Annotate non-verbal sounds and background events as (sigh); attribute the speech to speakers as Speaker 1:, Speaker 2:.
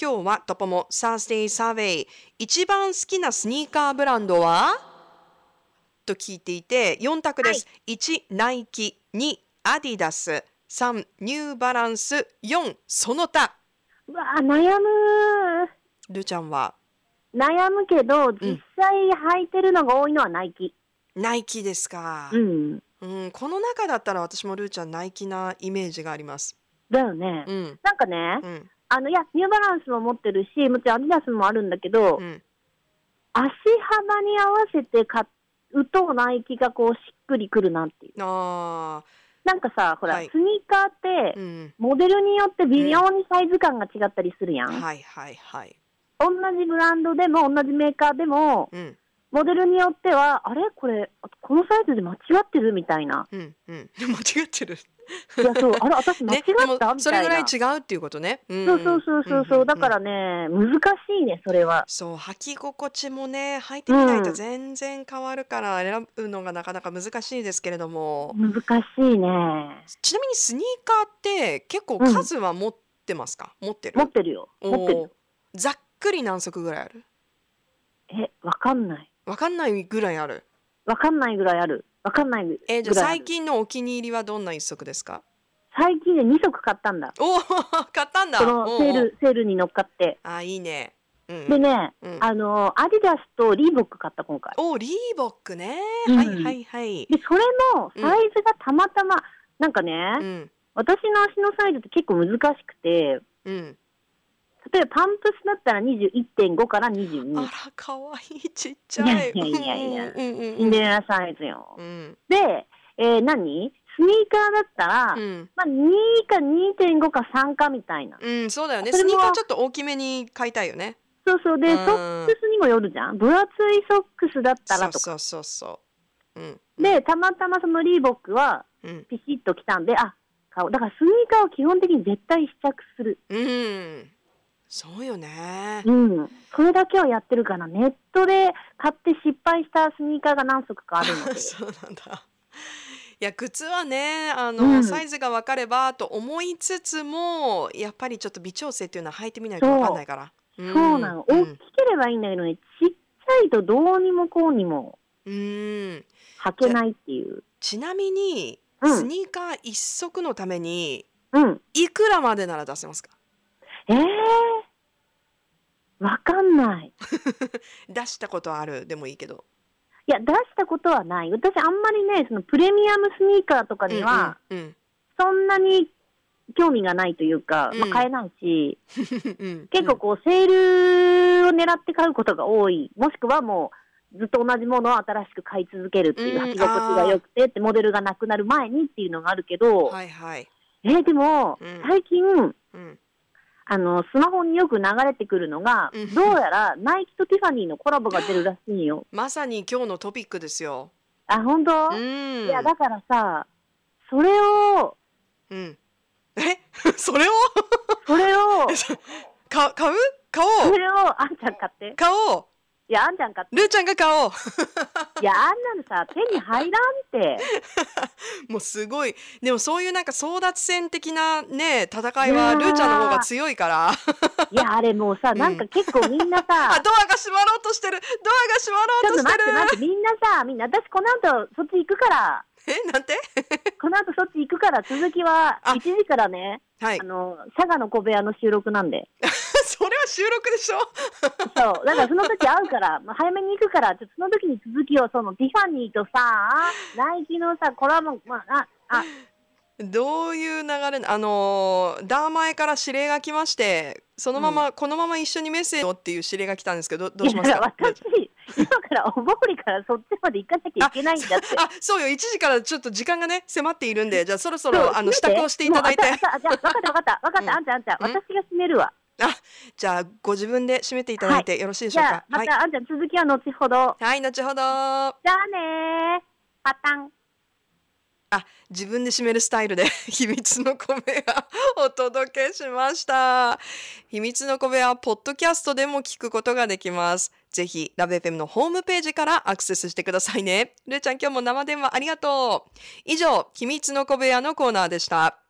Speaker 1: 今日はトポモサースデイサーベイ一番好きなスニーカーブランドはと聞いていて4択です、1ナイキ2アディダス3ニューバランス4その他
Speaker 2: うわあ、悩む。
Speaker 1: ルーちゃんは
Speaker 2: 悩むけど、実際履いてるのが多いのはナイキ。
Speaker 1: ナイキですか
Speaker 2: う、ん。
Speaker 1: うん、この中だったら私もルーちゃんナイキなイメージがあります
Speaker 2: だよね。
Speaker 1: うん
Speaker 2: なんかね
Speaker 1: う、ん
Speaker 2: あの、いや、ニューバランスも持ってるし、もちろんアディダスもあるんだけど、
Speaker 1: うん
Speaker 2: 足幅に合わせて買うとナイキがこうしっくりくるなっていう。
Speaker 1: あ
Speaker 2: なんかさ、ほら、
Speaker 1: はい
Speaker 2: スニーカーっ
Speaker 1: ー
Speaker 2: て、
Speaker 1: うん
Speaker 2: モデルによって微妙にサイズ感が違ったりするやん。
Speaker 1: はいはいはい
Speaker 2: 同じブランドでも、同じメーカーでも、
Speaker 1: うん
Speaker 2: モデルによっては、あれこれ、このサイズで間違ってるみたいな。
Speaker 1: うんうん (laughs) 間違ってる
Speaker 2: いや、
Speaker 1: (laughs)
Speaker 2: そう、あれ、私間違
Speaker 1: ね
Speaker 2: っ
Speaker 1: で
Speaker 2: た、み
Speaker 1: も
Speaker 2: たいな。
Speaker 1: それぐらい違うっていうことねうん
Speaker 2: そうそうそうそうそう、
Speaker 1: んんん
Speaker 2: だからね、難しいね、それは。
Speaker 1: そう履き心地もね履いてみないと
Speaker 2: うん
Speaker 1: 全然変わるから選ぶのがなかなか難しいですけれども、
Speaker 2: 難しいね。
Speaker 1: ちなみにスニーカーって結構
Speaker 2: うん
Speaker 1: 数は持ってますか、持ってる
Speaker 2: 持ってるよ。持って
Speaker 1: お
Speaker 2: る
Speaker 1: ー。ざっくり何足ぐらいある
Speaker 2: え、わかんない。
Speaker 1: わかんないぐらいある
Speaker 2: わかんないぐらいある。わかんないぐらいあ
Speaker 1: えー
Speaker 2: る。
Speaker 1: じゃあ最近のお気に入りはどんな一足ですか
Speaker 2: 最近で2足買ったんだ。
Speaker 1: おお買ったんだ
Speaker 2: そ
Speaker 1: お
Speaker 2: の
Speaker 1: う
Speaker 2: セー
Speaker 1: おう
Speaker 2: ル、セールに乗っかって。
Speaker 1: あいいねうん
Speaker 2: でね、
Speaker 1: うん
Speaker 2: あの、アディダスとリーボック買った今回。
Speaker 1: おリーボックね、
Speaker 2: うん
Speaker 1: はいはいはい
Speaker 2: で、それもサイズがたまたま、なんかね、
Speaker 1: うん
Speaker 2: 私の足のサイズって結構難しくて、
Speaker 1: うん
Speaker 2: 例えばパンプスだったら21.5から22。
Speaker 1: あら可愛いちっちゃい
Speaker 2: いやいやいや
Speaker 1: うんうんうん
Speaker 2: シンデレラサイズよ。
Speaker 1: うん
Speaker 2: で、えー何スニーカーだったら、
Speaker 1: うん
Speaker 2: まあ、2か2.5か3かみたいな。
Speaker 1: うん、そうだよね。
Speaker 2: そ
Speaker 1: ス
Speaker 2: れ
Speaker 1: ニ
Speaker 2: も
Speaker 1: ーカーちょっと大きめに買いたいよね。
Speaker 2: そうそう。で、
Speaker 1: うん
Speaker 2: ソックスにもよるじゃん。分厚いソックスだった
Speaker 1: そ
Speaker 2: ら
Speaker 1: う
Speaker 2: とか。
Speaker 1: そうそうそう。うん。
Speaker 2: で、たまたまそのリーボックは
Speaker 1: うん。
Speaker 2: ピシッときたんで、あ、買おう。だからスニーカーを基本的に絶対試着する。
Speaker 1: うん。そうよね
Speaker 2: う。ん。それだけはやってるから、ネットで買って失敗したスニーカーが何足かあるので。
Speaker 1: (laughs) (laughs) そうなんだ。いや靴はねあの、
Speaker 2: うん
Speaker 1: サイズが分かればと思いつつもやっぱりちょっと微調整っていうのは履いてみないと分かんないからん
Speaker 2: そうなの。
Speaker 1: う
Speaker 2: 大
Speaker 1: ん
Speaker 2: き、ければいいんだけどね、ちっちゃいとどうにもこうにも
Speaker 1: うん、
Speaker 2: 履けないっていう。
Speaker 1: ちなみに、
Speaker 2: うん
Speaker 1: スニーカー一足のために
Speaker 2: うん。
Speaker 1: いくらまでなら出せますか
Speaker 2: ええわかんない。
Speaker 1: 出したことあるでもいいけど
Speaker 2: いや、出したことはない。私、あんまりね、そのプレミアムスニーカーとかには、
Speaker 1: うんうん
Speaker 2: そんなに興味がないというか、
Speaker 1: うん
Speaker 2: まあ、買えないし、
Speaker 1: (laughs) うんうん
Speaker 2: 結構こう、セールを狙って買うことが多い。もしくはもう、ずっと同じものを新しく買い続けるっていう、
Speaker 1: うん
Speaker 2: 履き心地が良くてって、モデルがなくなる前にっていうのがあるけど、
Speaker 1: はいはい。
Speaker 2: えーでも、
Speaker 1: うん
Speaker 2: 最近、
Speaker 1: うん。
Speaker 2: あの、スマホによく流れてくるのが、
Speaker 1: うん
Speaker 2: どうやらナイキとティファニーのコラボが出るらしいよ。
Speaker 1: まさに今日のトピックですよ。
Speaker 2: あ、本当、
Speaker 1: うん。
Speaker 2: いや、だからさ、それを、
Speaker 1: うん。え、 (laughs) それを
Speaker 2: それ
Speaker 1: (laughs)
Speaker 2: を、
Speaker 1: か買う買
Speaker 2: そ
Speaker 1: おう
Speaker 2: れを、あんちゃん買って。
Speaker 1: 買おう
Speaker 2: いや、あんちゃん買っ
Speaker 1: ルーちゃんが買おう (laughs)
Speaker 2: て。いや、あんなのさ、手に入らんって。
Speaker 1: もうすごい。でもそういうなんか争奪戦的なね、戦いはルーちゃんの方が強いから。 (laughs) あ、
Speaker 2: いや、あれもうさ、なんか結構みんな
Speaker 1: (laughs)
Speaker 2: さ、
Speaker 1: ドアが閉まろうとしてるドアが閉まろ
Speaker 2: ちょ
Speaker 1: う
Speaker 2: っ
Speaker 1: と
Speaker 2: と
Speaker 1: して
Speaker 2: 待
Speaker 1: る
Speaker 2: って待って、みんなさ、みんな、私この後そっち行くから、
Speaker 1: え、なんて
Speaker 2: この後そっち行くから、続きは
Speaker 1: あ
Speaker 2: 1時からね、
Speaker 1: はい
Speaker 2: あ。の、佐賀の小部屋の収録なんで。
Speaker 1: (laughs) それは収録でしょ
Speaker 2: そう、だからその時会うから、まあ早めに行くから、ちょっとその時に続きを、そのティファニーとさ、ナイキのさ、コラボ、まあ、あ、あ、
Speaker 1: どういう流れなあのーダーマエから指令が来ましてそのまま、このまま一緒にメッセージをっていう指令が来たんですけどどどうします
Speaker 2: いや
Speaker 1: か
Speaker 2: だから私、今からおぼりからそっちまで行かなきゃいけないんだって。
Speaker 1: あそうよ1時からちょっと時間がね迫っているんでじゃあそろそ
Speaker 2: そう
Speaker 1: ろあの支度をしていただいて
Speaker 2: もうあじゃあじゃあじゃあ分かった分かった分かった、
Speaker 1: うん
Speaker 2: あんちゃんあんちゃん
Speaker 1: うん
Speaker 2: 私が閉めるわ。
Speaker 1: じゃあご自分で締めていただいてよろしいでし
Speaker 2: じ
Speaker 1: ょう
Speaker 2: ゃあ
Speaker 1: かは
Speaker 2: ま
Speaker 1: い、
Speaker 2: た、あんちゃん続きは後ほど。
Speaker 1: はい、後ほどあ
Speaker 2: じゃあねー。パタン。
Speaker 1: 自分で締めるスタイルで (laughs) 秘密の小部屋をお届けしました秘密の小部屋はポッドキャストでも聞くことができますぜひラベフェムのホームページからアクセスしてくださいねるーちゃん今日も生電話ありがとう以上秘密の小部屋のコーナーでした